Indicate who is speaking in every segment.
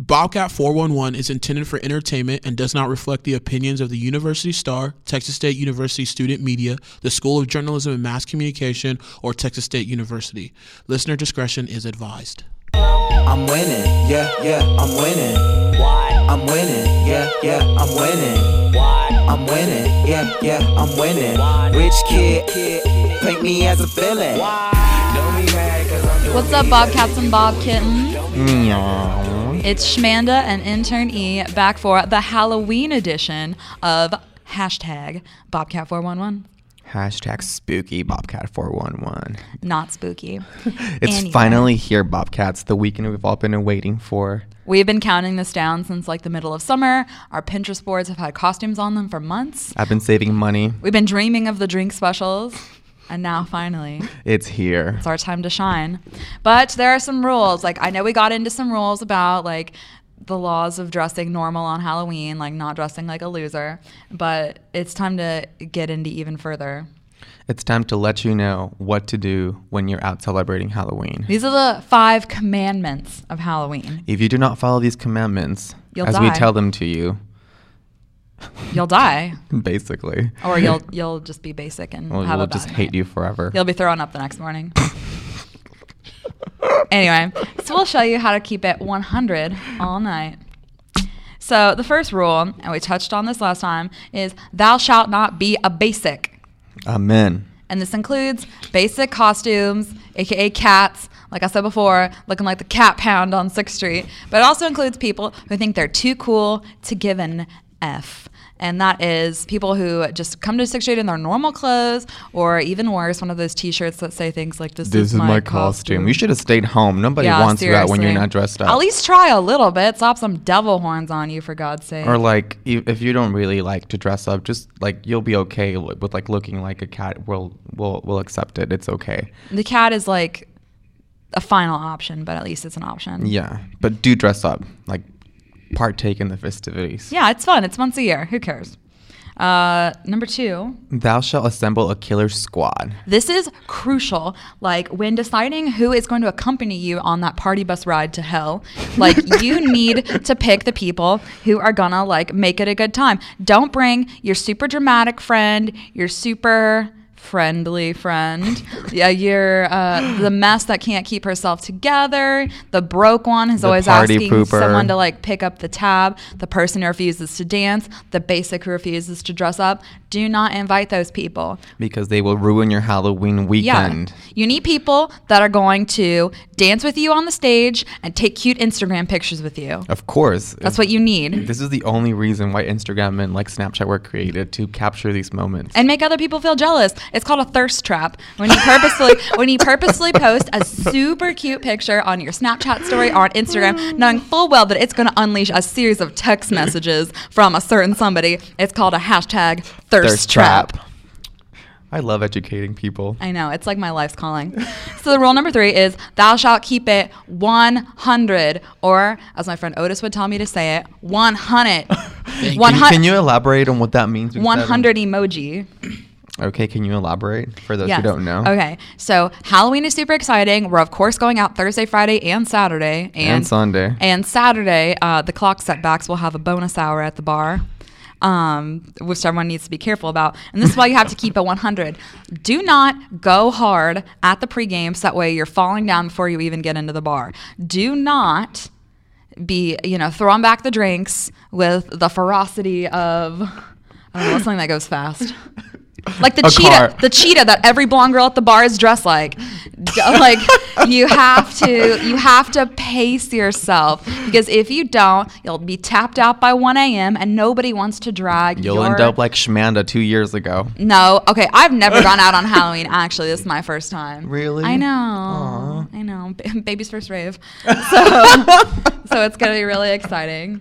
Speaker 1: Bobcat 411 is intended for entertainment and does not reflect the opinions of the University Star, Texas State University Student Media, the School of Journalism and Mass Communication, or Texas State University. Listener discretion is advised.
Speaker 2: I'm winning, yeah, yeah, I'm winning. I'm winning, yeah, yeah, I'm winning. I'm winning, yeah, yeah, I'm winning. Rich kid, paint me as a villain. Don't be mad, cause I'm doing
Speaker 3: What's up, Bobcats and Bob Kittens? It's Shmanda and Intern E back for the Halloween edition of hashtag Bobcat411.
Speaker 4: Hashtag spooky Bobcat 411.
Speaker 3: Not spooky.
Speaker 4: It's
Speaker 3: Anyway.
Speaker 4: finally here, Bobcats, the weekend we've all been waiting for.
Speaker 3: We've been counting this down since like the middle of summer. Our Pinterest boards have had costumes on them for months.
Speaker 4: I've been saving money.
Speaker 3: We've been dreaming of the drink specials. And now finally,
Speaker 4: It's here.
Speaker 3: it's our time to shine. But there are some rules. Like I know we got into some rules about like the laws of dressing normal on Halloween, like not dressing like a loser, but it's time to get into even further.
Speaker 4: It's time to let you know what to do when you're out celebrating Halloween.
Speaker 3: These are the five commandments of Halloween.
Speaker 4: If you do not follow these commandments,
Speaker 3: You'll
Speaker 4: as
Speaker 3: die.
Speaker 4: we tell them to you,
Speaker 3: You'll die,
Speaker 4: basically,
Speaker 3: or you'll you'll just be basic and
Speaker 4: we'll,
Speaker 3: have
Speaker 4: we'll
Speaker 3: a bad
Speaker 4: just
Speaker 3: night.
Speaker 4: hate you forever.
Speaker 3: You'll be thrown up the next morning. anyway, so we'll show you how to keep it 100 all night. So the first rule, and we touched on this last time, is thou shalt not be a basic.
Speaker 4: Amen.
Speaker 3: And this includes basic costumes, aka cats, like I said before, looking like the cat pound on 6th Street. But it also includes people who think they're too cool to give an F. And that is people who just come to 6th Street in their normal clothes, or even worse, one of those t shirts that say things like, This,
Speaker 4: This is my costume. You should have stayed home. Nobody wants that when you're
Speaker 3: seriously.
Speaker 4: not dressed up.
Speaker 3: At least try a little bit. Stop some devil horns on you, for God's sake.
Speaker 4: Or like, i- if you don't really like to dress up, just like you'll be okay li- with like looking like a cat. We'll we'll we'll accept it. It's okay.
Speaker 3: the cat is like a final option, but at least it's an option.
Speaker 4: Yeah, but do dress up. Like, partake in the festivities.
Speaker 3: Yeah, it's fun. It's once a year. Who cares? Uh, number two,
Speaker 4: Thou shalt assemble a killer squad.
Speaker 3: this is crucial. Like when deciding who is going to accompany you on that party bus ride to hell, like you need to pick the people who are gonna like make it a good time. Don't bring your super dramatic friend, your super friendly friend, yeah, your uh, the mess that can't keep herself together, the broke one who's
Speaker 4: The
Speaker 3: always
Speaker 4: party
Speaker 3: asking
Speaker 4: pooper.
Speaker 3: someone to like pick up the tab, the person who refuses to dance, the basic who refuses to dress up. Do not invite those people.
Speaker 4: Because they will ruin your Halloween weekend.
Speaker 3: You need people that are going to dance with you on the stage and take cute Instagram pictures with you.
Speaker 4: Of course.
Speaker 3: That's what you need.
Speaker 4: This is the only reason why Instagram and like Snapchat were created to capture these moments.
Speaker 3: And make other people feel jealous. It's called a thirst trap. When you purposely when you purposely post a super cute picture on your Snapchat story or on Instagram, knowing full well that it's gonna unleash a series of text messages from a certain somebody. It's called a hashtag thirst, trap.
Speaker 4: I love educating people.
Speaker 3: I know. It's like my life's calling. so the rule number three is thou shalt keep it 100, or as my friend Otis would tell me to say it, 100.
Speaker 1: you.
Speaker 4: Can,
Speaker 3: 100,
Speaker 4: can you elaborate on what that means? Because I haven't-
Speaker 3: 100 emoji.
Speaker 4: Okay, can you elaborate for those
Speaker 3: Yes.
Speaker 4: who don't know?
Speaker 3: Okay. So Halloween is super exciting. We're, of course, going out Thursday, Friday, and Saturday. And,
Speaker 4: And Sunday.
Speaker 3: And Saturday, uh, the clock setbacks will have a bonus hour at the bar. Um, which everyone needs to be careful about. And this is why you have to keep a 100. Do not go hard at the pregame, so that way you're falling down before you even get into the bar. Do not be, you know, throwing back the drinks with the ferocity of I don't know, something that goes fast. Like the
Speaker 4: A
Speaker 3: cheetah,
Speaker 4: car.
Speaker 3: the cheetah that every blonde girl at the bar is dressed like. D- like you have to, you have to pace yourself because if you don't, you'll be tapped out by 1 a.m. and nobody wants to drag.
Speaker 4: You'll
Speaker 3: your-
Speaker 4: end up like Shmanda two years ago.
Speaker 3: no, okay. I've never gone out on Halloween. Actually, this is my first time.
Speaker 4: Really?
Speaker 3: I know. I know. B- baby's first rave. So, so it's gonna be really exciting.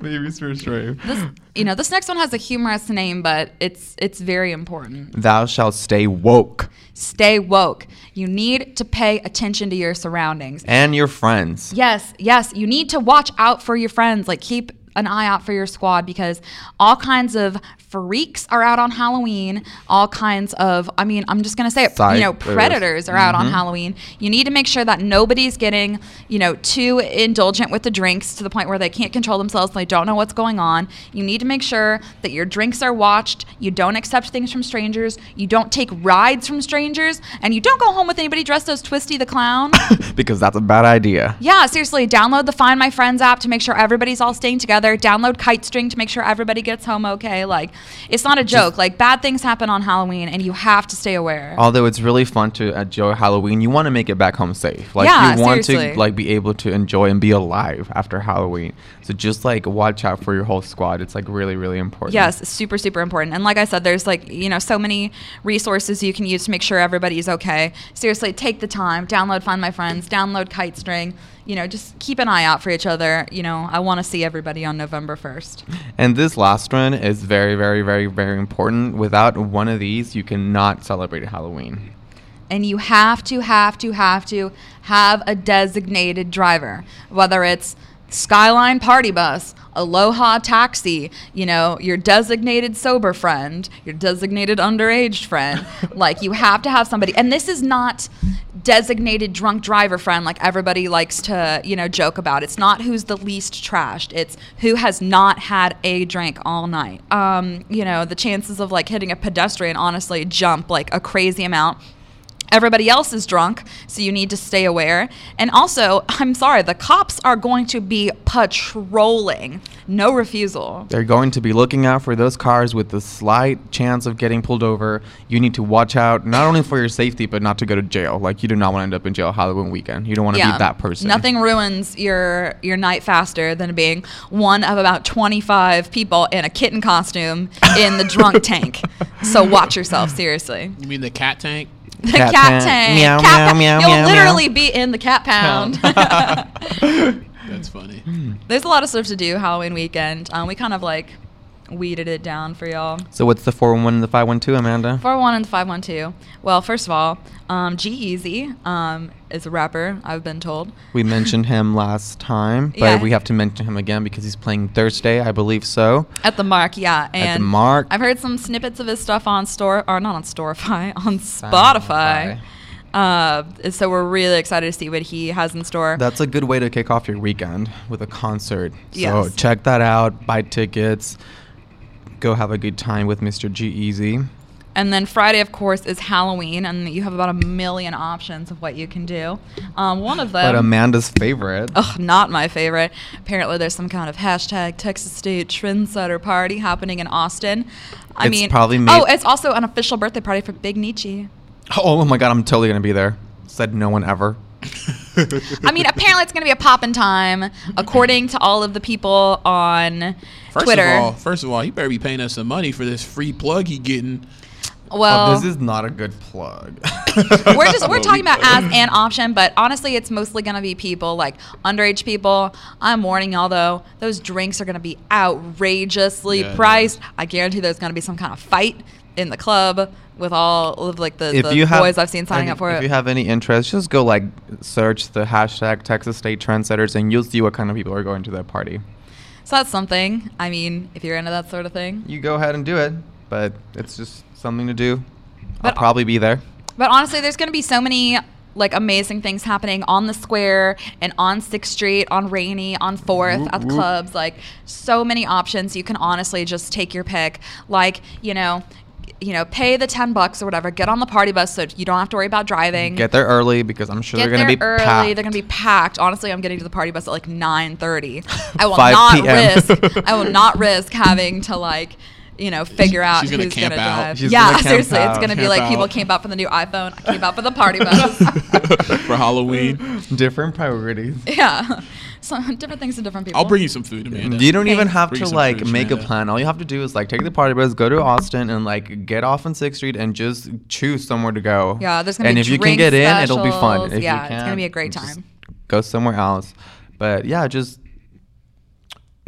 Speaker 4: Baby's first rave.
Speaker 3: This, you know, this next one has a humorous name, but it's it's very important.
Speaker 4: Thou shalt stay woke
Speaker 3: Stay woke. You need to pay attention to your surroundings.
Speaker 4: and your friends.
Speaker 3: Yes, yes. You need to watch out for your friends. Like keep an eye out for your squad because all kinds of freaks are out on Halloween. All kinds of, I mean, I'm just going to say it, you know,
Speaker 4: Psychos. Mm-hmm.
Speaker 3: predators are out on Halloween. You need to make sure that nobody's getting, you know, too indulgent with the drinks to the point where they can't control themselves and they don't know what's going on. You need to make sure that your drinks are watched. You don't accept things from strangers. You don't take rides from strangers. And you don't go home with anybody dressed as Twisty the Clown.
Speaker 4: because that's a bad idea.
Speaker 3: Yeah, seriously, download the Find My Friends app to make sure everybody's all staying together. Download Kite String to make sure everybody gets home okay. Like, it's not a joke. Like, bad things happen on Halloween, and you have to stay aware.
Speaker 4: Although it's really fun to enjoy Halloween, you want to make it back home safe. Like
Speaker 3: Yeah,
Speaker 4: you want
Speaker 3: seriously.
Speaker 4: to like be able to enjoy and be alive after Halloween. So just like watch out for your whole squad. It's like really really important.
Speaker 3: Yes, super, super important. And like I said, there's like, you know, so many resources you can use to make sure everybody's okay. Seriously, take the time, download Find My Friends, download Kite String, you know, just keep an eye out for each other. You know, I want to see everybody on November 1st.
Speaker 4: And this last one is very very very very important. Without one of these, you cannot celebrate Halloween.
Speaker 3: and you have to have to have to have a designated driver whether it's skyline party bus aloha taxi you know your designated sober friend your designated underage friend like you have to have somebody and this is not designated drunk driver friend like everybody likes to you know joke about it's not who's the least trashed it's who has not had a drink all night um you know the chances of like hitting a pedestrian honestly jump like a crazy amount Everybody else is drunk, so you need to stay aware. And also, I'm sorry, the cops are going to be patrolling. No refusal.
Speaker 4: They're going to be looking out for those cars with the slight chance of getting pulled over. You need to watch out not only for your safety but not to go to jail. Like you do not want to end up in jail Halloween weekend. You don't want to be that person.
Speaker 3: Nothing ruins your your night faster than being one of about 25 people in a kitten costume in the drunk tank. So watch yourself, seriously.
Speaker 1: You mean the cat tank?
Speaker 3: The cat,
Speaker 4: Cat pan-
Speaker 3: tank.
Speaker 4: meow,
Speaker 3: cat pa-
Speaker 4: meow, meow,
Speaker 3: You'll
Speaker 4: meow, meow.
Speaker 3: literally be in the cat pound.
Speaker 1: That's funny.
Speaker 3: There's a lot of stuff to do Halloween weekend. Um, we kind of like weeded it down for y'all.
Speaker 4: So what's the 411 and the 512, Amanda?
Speaker 3: Four one and five one two. Well, first of all, um, G Easy um, is a rapper. I've been told.
Speaker 4: We mentioned him last time, but
Speaker 3: Yeah.
Speaker 4: we have to mention him again because he's playing Thursday, I believe so.
Speaker 3: At the mark, yeah, and
Speaker 4: Mark.
Speaker 3: I've heard some snippets of his stuff on store, or not on Storify, on Spotify. Uh, so we're really excited to see what he has in store.
Speaker 4: That's a good way to kick off your weekend with a concert. So
Speaker 3: Yes.
Speaker 4: check that out, buy tickets, go have a good time with Mr. G E Easy.
Speaker 3: And then Friday, of course, is Halloween, and you have about a million options of what you can do. Um, one of them.
Speaker 4: But Amanda's favorite.
Speaker 3: Ugh, not my favorite. Apparently, there's some kind of hashtag Texas State Trendsetter party happening in Austin. I
Speaker 4: It's
Speaker 3: mean,
Speaker 4: probably made-
Speaker 3: oh, it's also an official birthday party for Big Nietzsche.
Speaker 4: Oh my god, I'm totally gonna be there. Said no one ever.
Speaker 3: Oh. I mean, apparently it's going to be a poppin' time, according to all of the people on
Speaker 1: First
Speaker 3: Twitter.
Speaker 1: of all, first of all, he better be paying us some money for this free plug he getting.
Speaker 3: well,
Speaker 4: Oh, this is not a good plug.
Speaker 3: we're just we're talking about as an option, but honestly, it's mostly gonna be people like underage people. I'm warning y'all though; those drinks are gonna be outrageously
Speaker 1: Yeah, it
Speaker 3: priced. I guarantee there's gonna be some kind of fight in the club with all of like the,
Speaker 4: if
Speaker 3: the
Speaker 4: you have
Speaker 3: boys I've seen signing
Speaker 4: any-
Speaker 3: up for
Speaker 4: if
Speaker 3: it.
Speaker 4: you have any interest, just go like search the hashtag Texas State Trendsetters, and you'll see what kind of people are going to that party.
Speaker 3: so that's something. I mean, if you're into that sort of thing.
Speaker 4: You go ahead and do it, but it's just something to do.
Speaker 3: But-
Speaker 4: I'll probably be there.
Speaker 3: But honestly, there's going to be so many like amazing things happening on the square and on Sixth Street, on Rainy, on Fourth,
Speaker 4: Whoop,
Speaker 3: at the
Speaker 4: whoop.
Speaker 3: clubs. Like so many options. You can honestly just take your pick. Like you know, you know, pay the ten bucks or whatever. Get on the party bus so you don't have to worry about driving.
Speaker 4: Get there early because I'm sure
Speaker 3: Get
Speaker 4: they're gonna
Speaker 3: there
Speaker 4: be
Speaker 3: early.
Speaker 4: packed.
Speaker 3: They're gonna be packed. Honestly, I'm getting to the party bus at like 9:30. I will
Speaker 4: 5
Speaker 3: not
Speaker 4: PM.
Speaker 3: risk. I will not risk having to like, you know, figure out
Speaker 1: she's gonna
Speaker 3: who's
Speaker 1: camp
Speaker 3: gonna
Speaker 1: out.
Speaker 3: drive.
Speaker 4: She's
Speaker 3: yeah,
Speaker 4: gonna camp
Speaker 3: seriously, it's
Speaker 4: out.
Speaker 3: gonna be
Speaker 1: Camp
Speaker 3: like people
Speaker 1: out.
Speaker 3: came out for the new iPhone. I came out for the party bus.
Speaker 1: for Halloween.
Speaker 4: Different priorities.
Speaker 3: yeah, so different things to different people.
Speaker 1: I'll bring you some food, Amanda.
Speaker 4: You don't even
Speaker 3: Thanks.
Speaker 4: have
Speaker 1: Bring
Speaker 4: to
Speaker 1: some
Speaker 4: like
Speaker 1: food,
Speaker 4: make a
Speaker 1: Shanda.
Speaker 4: plan. All you have to do is like take the party bus, go to Austin, and like get off on Sixth Street and just choose somewhere to go.
Speaker 3: Yeah, there's gonna
Speaker 4: and
Speaker 3: be
Speaker 4: if you can
Speaker 3: drink
Speaker 4: get in, it'll be fun.
Speaker 3: specials.
Speaker 4: If you
Speaker 3: Yeah, it's gonna
Speaker 4: can't,
Speaker 3: be a great
Speaker 4: just
Speaker 3: time.
Speaker 4: Go somewhere else, but yeah, just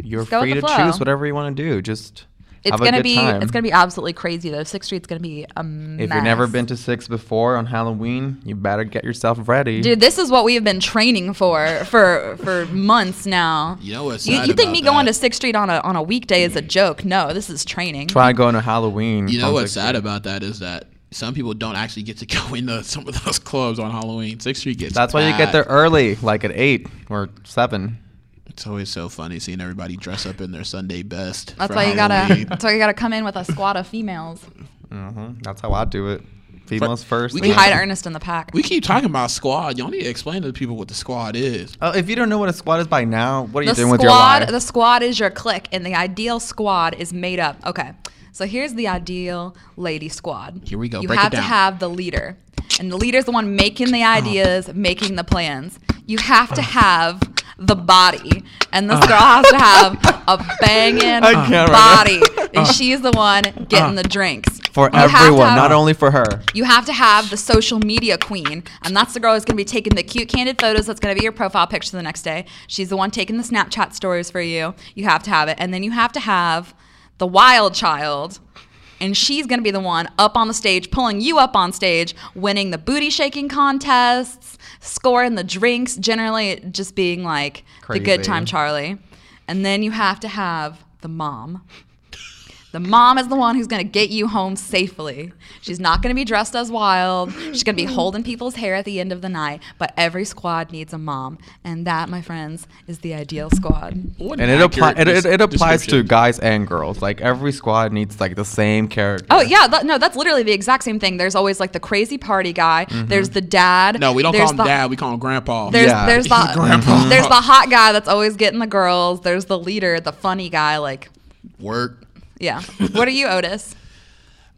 Speaker 4: you're
Speaker 3: Just go with
Speaker 4: free
Speaker 3: the
Speaker 4: to
Speaker 3: flow.
Speaker 4: choose whatever you want to do. Just
Speaker 3: it's
Speaker 4: Have a
Speaker 3: gonna
Speaker 4: good
Speaker 3: be
Speaker 4: time.
Speaker 3: it's gonna be absolutely crazy though. Sixth Street's gonna be a mess.
Speaker 4: If you've never been to six before on Halloween, you better get yourself ready.
Speaker 3: Dude, this is what we have been training for for for months now.
Speaker 1: You know what's
Speaker 3: You,
Speaker 1: sad
Speaker 3: you think
Speaker 1: about
Speaker 3: me going
Speaker 1: that?
Speaker 3: to Sixth Street on a on a weekday is a joke? No, this is training.
Speaker 4: Try going to Halloween.
Speaker 1: You know
Speaker 4: on
Speaker 1: what's
Speaker 4: 6th.
Speaker 1: sad about that is that some people don't actually get to go into some of those clubs on Halloween. Sixth Street gets
Speaker 4: That's why you get
Speaker 1: packed.
Speaker 4: there early, like at eight or seven.
Speaker 1: It's always so funny seeing everybody dress up in their Sunday best.
Speaker 3: That's
Speaker 1: for
Speaker 3: why you
Speaker 1: Halloween.
Speaker 3: gotta. That's why you gotta come in with a squad of females.
Speaker 4: hmm That's how I do it. Females first.
Speaker 1: we
Speaker 3: We
Speaker 1: Yeah.
Speaker 3: hide Ernest in the pack.
Speaker 1: We keep talking about squad. Y'all need to explain to the people what the squad is.
Speaker 4: Oh, if you don't know what a squad is by now, what are you
Speaker 3: the
Speaker 4: doing with your life?
Speaker 3: squad the squad is your clique and the ideal squad is made up okay so here's the ideal lady squad
Speaker 1: Here we go.
Speaker 3: you
Speaker 1: Break it
Speaker 3: have to
Speaker 1: down.
Speaker 3: have the leader and the leader's the one making the ideas making the plans you have to have the body and this girl has to have a banging
Speaker 4: I can't Uh.
Speaker 3: body and she's the one getting the drinks
Speaker 4: for
Speaker 3: You have to
Speaker 4: everyone,
Speaker 3: have-
Speaker 4: not only for her.
Speaker 3: you have to have the social media queen, and that's the girl who's going to be taking the cute, candid photos. That's going to be your profile picture the next day. She's the one taking the Snapchat stories for you. You have to have it, and then you have to have the wild child, and she's going to be the one up on the stage, pulling you up on stage, winning the booty shaking contests, scoring the drinks. Generally, just being like the good
Speaker 4: Crazy.
Speaker 3: time Charlie, and then you have to have the mom. The mom is the one who's going to get you home safely. She's not going to be dressed as wild. She's going to be holding people's hair at the end of the night. But every squad needs a mom. And that, my friends, is the ideal squad.
Speaker 1: What an
Speaker 4: And it, apply,
Speaker 1: accurate
Speaker 4: it, it, it
Speaker 1: des-
Speaker 4: applies to
Speaker 1: description.
Speaker 4: guys and girls. Like every squad needs like the same character.
Speaker 3: Oh, yeah. That, no, that's literally the exact same thing. There's always like the crazy party guy, there's the dad.
Speaker 1: Mm-hmm. No, we don't
Speaker 3: there's
Speaker 1: call him
Speaker 3: the-
Speaker 1: dad. We call him grandpa.
Speaker 3: There's,
Speaker 4: Yeah.
Speaker 3: there's,
Speaker 1: He's grandpa.
Speaker 3: the, there's the hot guy that's always getting the girls. There's the leader, the funny guy. Like,
Speaker 1: Work.
Speaker 3: yeah. What are you, Otis?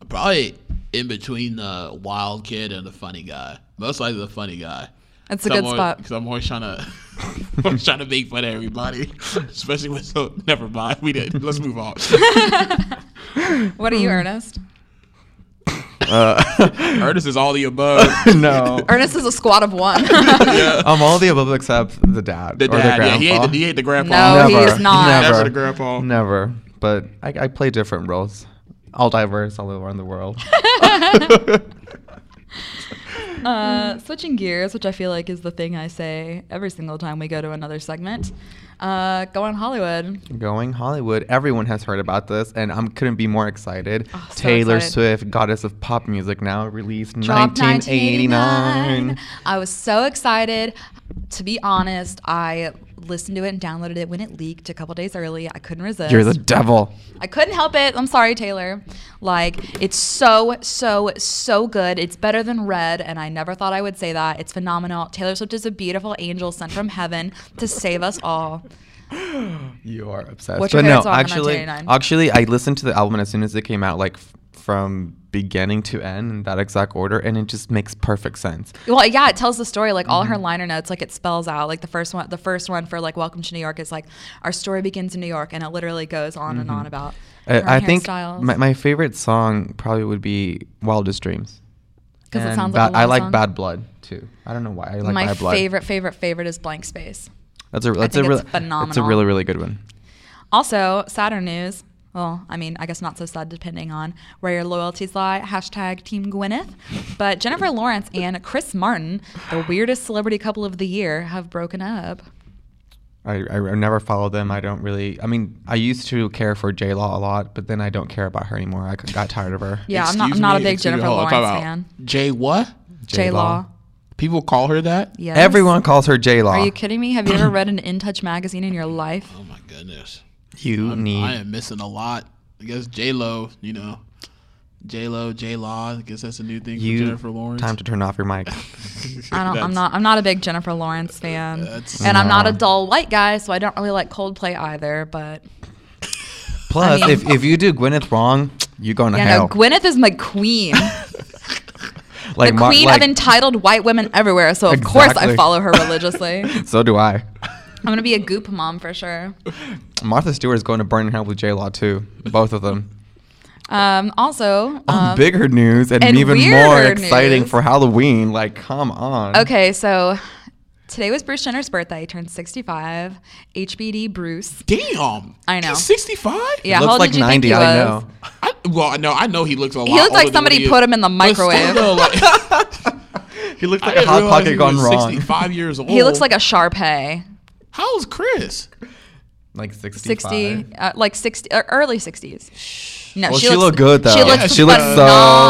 Speaker 1: Probably in between the wild kid and the funny guy. Most likely the funny guy.
Speaker 3: That's a good spot.
Speaker 1: Because I'm always trying to, always trying to make fun of everybody, especially when so. Never mind. We did. Let's move on.
Speaker 3: What are you, Ernest?
Speaker 1: Uh, Ernest is all the above.
Speaker 4: no.
Speaker 3: Ernest is a squad of one.
Speaker 4: I'm Um, all the above except the dad.
Speaker 1: The
Speaker 4: or
Speaker 1: dad.
Speaker 4: The
Speaker 1: yeah, he ain't
Speaker 4: grandpa.
Speaker 1: the, he ain't the grandpa.
Speaker 3: No, Oh, he
Speaker 4: Never,
Speaker 3: is not.
Speaker 4: never.
Speaker 1: Never the grandpa.
Speaker 4: Never. But I, I play different roles. All diverse all around the world.
Speaker 3: Uh, switching gears, which I feel like is the thing I say every single time we go to another segment. Uh, go on Hollywood.
Speaker 4: Going Hollywood. Everyone has heard about this, and I couldn't be more excited.
Speaker 3: Oh, so
Speaker 4: Taylor
Speaker 3: excited.
Speaker 4: Swift, goddess of pop music, now released
Speaker 3: Dropped
Speaker 4: 1989.
Speaker 3: 1989. I was so excited. To be honest, I listened to it and downloaded it when it leaked a couple days early. I couldn't resist.
Speaker 4: You're the devil.
Speaker 3: I couldn't help it. I'm sorry, Taylor. Like, it's so, so, so good. It's better than Red, and I never thought I would say that. It's phenomenal. Taylor Swift is a beautiful angel sent from heaven to save us all.
Speaker 4: You are obsessed.
Speaker 3: What's your
Speaker 4: but
Speaker 3: favorite
Speaker 4: no,
Speaker 3: song on
Speaker 4: actually,
Speaker 3: 1989?
Speaker 4: actually, I listened to the album as soon as it came out, like f- from beginning to end in that exact order, and it just makes perfect sense.
Speaker 3: Well, yeah, it tells the story. Like all
Speaker 4: Mm-hmm.
Speaker 3: her liner notes, like it spells out. Like the first one, the first one for like "Welcome to New York" is like our story begins in New York, and it literally goes on and on about.
Speaker 4: Uh,
Speaker 3: her
Speaker 4: I think
Speaker 3: hairstyles.
Speaker 4: my, my favorite song probably would be Wildest Dreams.
Speaker 3: 'Cause it
Speaker 4: And
Speaker 3: sounds like a
Speaker 4: Bad- I
Speaker 3: love
Speaker 4: like
Speaker 3: song.
Speaker 4: Bad Blood too. I don't know why I like
Speaker 3: my
Speaker 4: Bad Blood.
Speaker 3: favorite, favorite, favorite is "Blank Space."
Speaker 4: That's a that's
Speaker 3: think it's
Speaker 4: a really That's a
Speaker 3: phenomenal.
Speaker 4: really really good one.
Speaker 3: Also, sadder news. Well, I mean, I guess not so sad depending on where your loyalties lie. Hashtag Team Gwyneth. But Jennifer Lawrence and Chris Martin, the weirdest celebrity couple of the year, have broken up.
Speaker 4: I, I I never follow them. I don't really. I mean, I used to care for J Law a lot, but then I don't care about her anymore. I c- got tired of her.
Speaker 3: Yeah, I'm not, I'm not a big Jennifer Lawrence fan.
Speaker 1: Jay what?
Speaker 3: J Law.
Speaker 1: People call her that?
Speaker 3: Yes.
Speaker 4: Everyone calls her J Law.
Speaker 3: Are you kidding me? Have you ever read an In Touch magazine in your life?
Speaker 1: Oh my goodness.
Speaker 4: You
Speaker 1: I'm,
Speaker 4: need.
Speaker 1: I am missing a lot. I guess J Lo, you know. J Lo, J Law. I guess that's a new thing
Speaker 4: you
Speaker 1: for Jennifer Lawrence.
Speaker 4: Time to turn off your
Speaker 3: I
Speaker 4: mic.
Speaker 3: don't. I'm
Speaker 1: That's-
Speaker 3: not. I'm not a big Jennifer Lawrence fan,
Speaker 1: That's-
Speaker 3: and I'm not a
Speaker 4: No.
Speaker 3: dull white guy, so I don't really like Coldplay either. But
Speaker 4: Plus,
Speaker 3: mean-
Speaker 4: if, if you do Gwyneth wrong, you're going to
Speaker 3: yeah,
Speaker 4: hell.
Speaker 3: no, Gwyneth is my queen, the
Speaker 4: like Mar-
Speaker 3: queen
Speaker 4: like-
Speaker 3: of entitled white women everywhere. So of course I
Speaker 4: Exactly.
Speaker 3: follow her religiously. I'm
Speaker 4: So do I.
Speaker 3: gonna be a goop mom for sure.
Speaker 4: Martha Stewart is going to burn in hell with J Law too. Both of them.
Speaker 3: Um, also,
Speaker 4: On
Speaker 3: um,
Speaker 4: bigger news and,
Speaker 3: and
Speaker 4: even more
Speaker 3: weirder
Speaker 4: exciting
Speaker 3: news.
Speaker 4: for Halloween. Like, come on.
Speaker 3: Okay, so Today was Bruce Jenner's birthday. He turned 65. HBD Bruce.
Speaker 1: Damn.
Speaker 3: I know.
Speaker 1: He's 65?
Speaker 3: Yeah, how
Speaker 4: looks
Speaker 3: old
Speaker 4: like
Speaker 3: did you think he was?
Speaker 4: I know.
Speaker 1: I, well, I know. I know he looks a lot
Speaker 3: He looks
Speaker 1: older
Speaker 3: like
Speaker 1: than what
Speaker 3: somebody
Speaker 1: is.
Speaker 3: put him in the
Speaker 1: But still,
Speaker 3: microwave.
Speaker 1: though, like,
Speaker 4: He looks
Speaker 1: I
Speaker 4: like a
Speaker 1: didn't
Speaker 4: hot
Speaker 1: realize he
Speaker 4: pocket gone
Speaker 1: was
Speaker 4: wrong.
Speaker 1: 65 years old.
Speaker 3: He looks like a Sharpay.
Speaker 1: How old's Chris?
Speaker 4: Like 65.
Speaker 3: 60, uh, like 60, uh, early 60s. No,
Speaker 4: Well, she looked good, though.
Speaker 3: She looks
Speaker 4: She looked so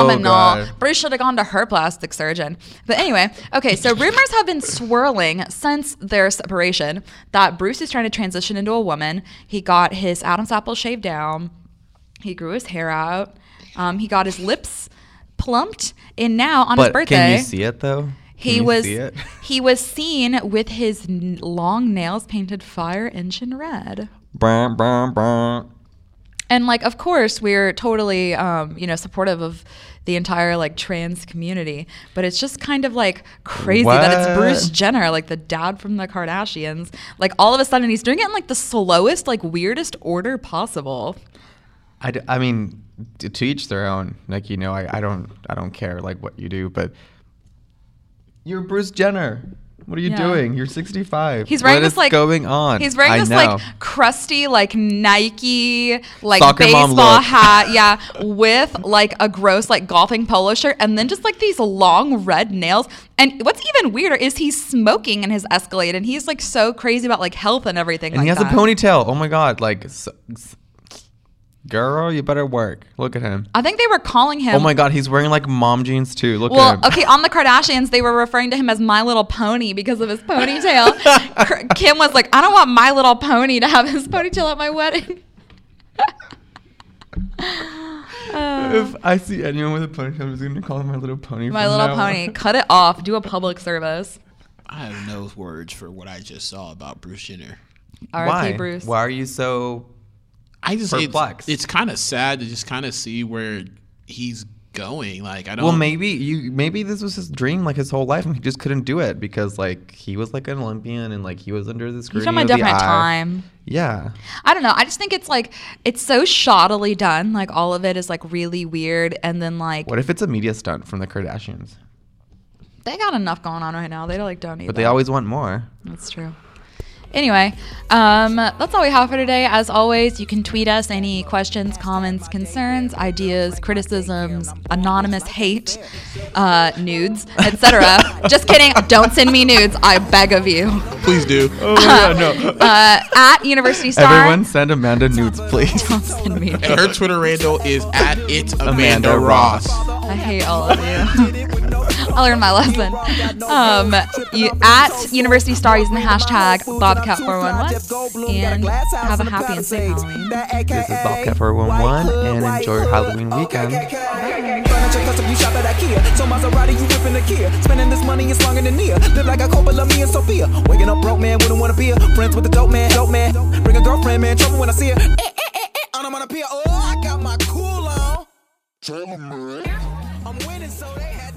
Speaker 3: phenomenal.
Speaker 4: good.
Speaker 3: Bruce should have gone to her plastic surgeon. But anyway, okay, so rumors have been swirling since their separation that Bruce is trying to transition into a woman. He got his Adam's apple shaved down. He grew his hair out. Um, he got his lips plumped, and now on his
Speaker 4: But
Speaker 3: birthday,
Speaker 4: can you see it though? Can
Speaker 3: he
Speaker 4: you
Speaker 3: was
Speaker 4: see it?
Speaker 3: he was seen with his n- long nails painted fire engine red.
Speaker 4: Brum, brum, brum.
Speaker 3: And like, of course, we're totally, um, you know, supportive of the entire like trans community, but it's just kind of like crazy that it's Bruce
Speaker 4: What?
Speaker 3: Jenner, like the dad from the Kardashians. Like all of a sudden, he's doing it in like the slowest, like weirdest order possible.
Speaker 4: I, d- I mean, to, to each their own. Like you know, I, I don't I don't care like what you do, but you're Bruce Jenner. What are you
Speaker 3: Yeah.
Speaker 4: doing? You're 65.
Speaker 3: He's wearing
Speaker 4: What
Speaker 3: this
Speaker 4: is
Speaker 3: like
Speaker 4: going on.
Speaker 3: He's wearing
Speaker 4: I
Speaker 3: this
Speaker 4: know.
Speaker 3: like crusty, like Nike, like
Speaker 4: Soccer mom
Speaker 3: baseball
Speaker 4: look.
Speaker 3: hat, yeah, with like a gross like golfing polo shirt, and then just like these long red nails. And what's even weirder is he's smoking in his Escalade, and he's like so crazy about like health and everything.
Speaker 4: and he
Speaker 3: like
Speaker 4: has
Speaker 3: that.
Speaker 4: a ponytail. Oh my god! Like, s s- girl, you better work. Look at him.
Speaker 3: I think they were calling him.
Speaker 4: Oh my god, he's wearing like mom jeans too. Look at
Speaker 3: Well,
Speaker 4: him.
Speaker 3: okay, on the Kardashians, they were referring to him as My Little Pony because of his ponytail. Cr- Kim was like, I don't want My Little Pony to have his ponytail at my wedding.
Speaker 4: if I see anyone with a ponytail, I'm just gonna call him my little pony.
Speaker 3: My
Speaker 4: from
Speaker 3: Little
Speaker 4: now on.
Speaker 3: Pony. Cut it off. Do a public service.
Speaker 1: I have no words for what I just saw about Bruce Jenner.
Speaker 4: Why?
Speaker 3: R.I.P. Bruce.
Speaker 4: Why are you so?
Speaker 1: I just it's-
Speaker 4: Perplexed.
Speaker 1: It's, kind of sad to just kind of see where he's going. Like I don't.
Speaker 4: Well, maybe you. Maybe this was his dream, like his whole life, and he just couldn't do it because, like, he was like an Olympian and like he was under the
Speaker 3: He's
Speaker 4: scrutiny
Speaker 3: from a
Speaker 4: of the
Speaker 3: different
Speaker 4: eye.
Speaker 3: time.
Speaker 4: Yeah,
Speaker 3: I don't know. I just think it's like it's so shoddily done. Like all of it is like really weird, and then like
Speaker 4: what if it's a media stunt from the Kardashians?
Speaker 3: they got enough going on right now. They don't like don't need.
Speaker 4: But they
Speaker 3: that.
Speaker 4: always want more.
Speaker 3: That's true. Anyway, um, that's all we have for today. As always, you can tweet us any questions, comments, concerns, ideas, criticisms, anonymous hate, uh, nudes, etc. Just kidding. Don't send me nudes. I beg of you.
Speaker 1: please do.
Speaker 3: Uh, at University Star.
Speaker 4: Everyone, send Amanda nudes, please.
Speaker 3: Don't send me nudes.
Speaker 1: And her Twitter handle is at it's Amanda,
Speaker 4: Amanda
Speaker 1: Ross.
Speaker 4: Ross.
Speaker 3: I hate all of you. I learned my lesson. Um, you, at University Star using the hashtag Bobcat411 and have a happy and safe Halloween.
Speaker 4: This is Bobcat 411, and enjoy your Halloween weekend.
Speaker 5: Furniture custom, you shop at IKEA. So Maserati, you ripping the Kia. Spending this money is longer than near. Live like a couple love me and Sophia. Waking up broke, man, wouldn't wanna be her. Friends with the dope man, dope man. Bring a girlfriend, man, trouble when I see her. Eh, eh, eh, eh, onomatopoeia. Oh, I got my cool on. I'm winning, so they had to.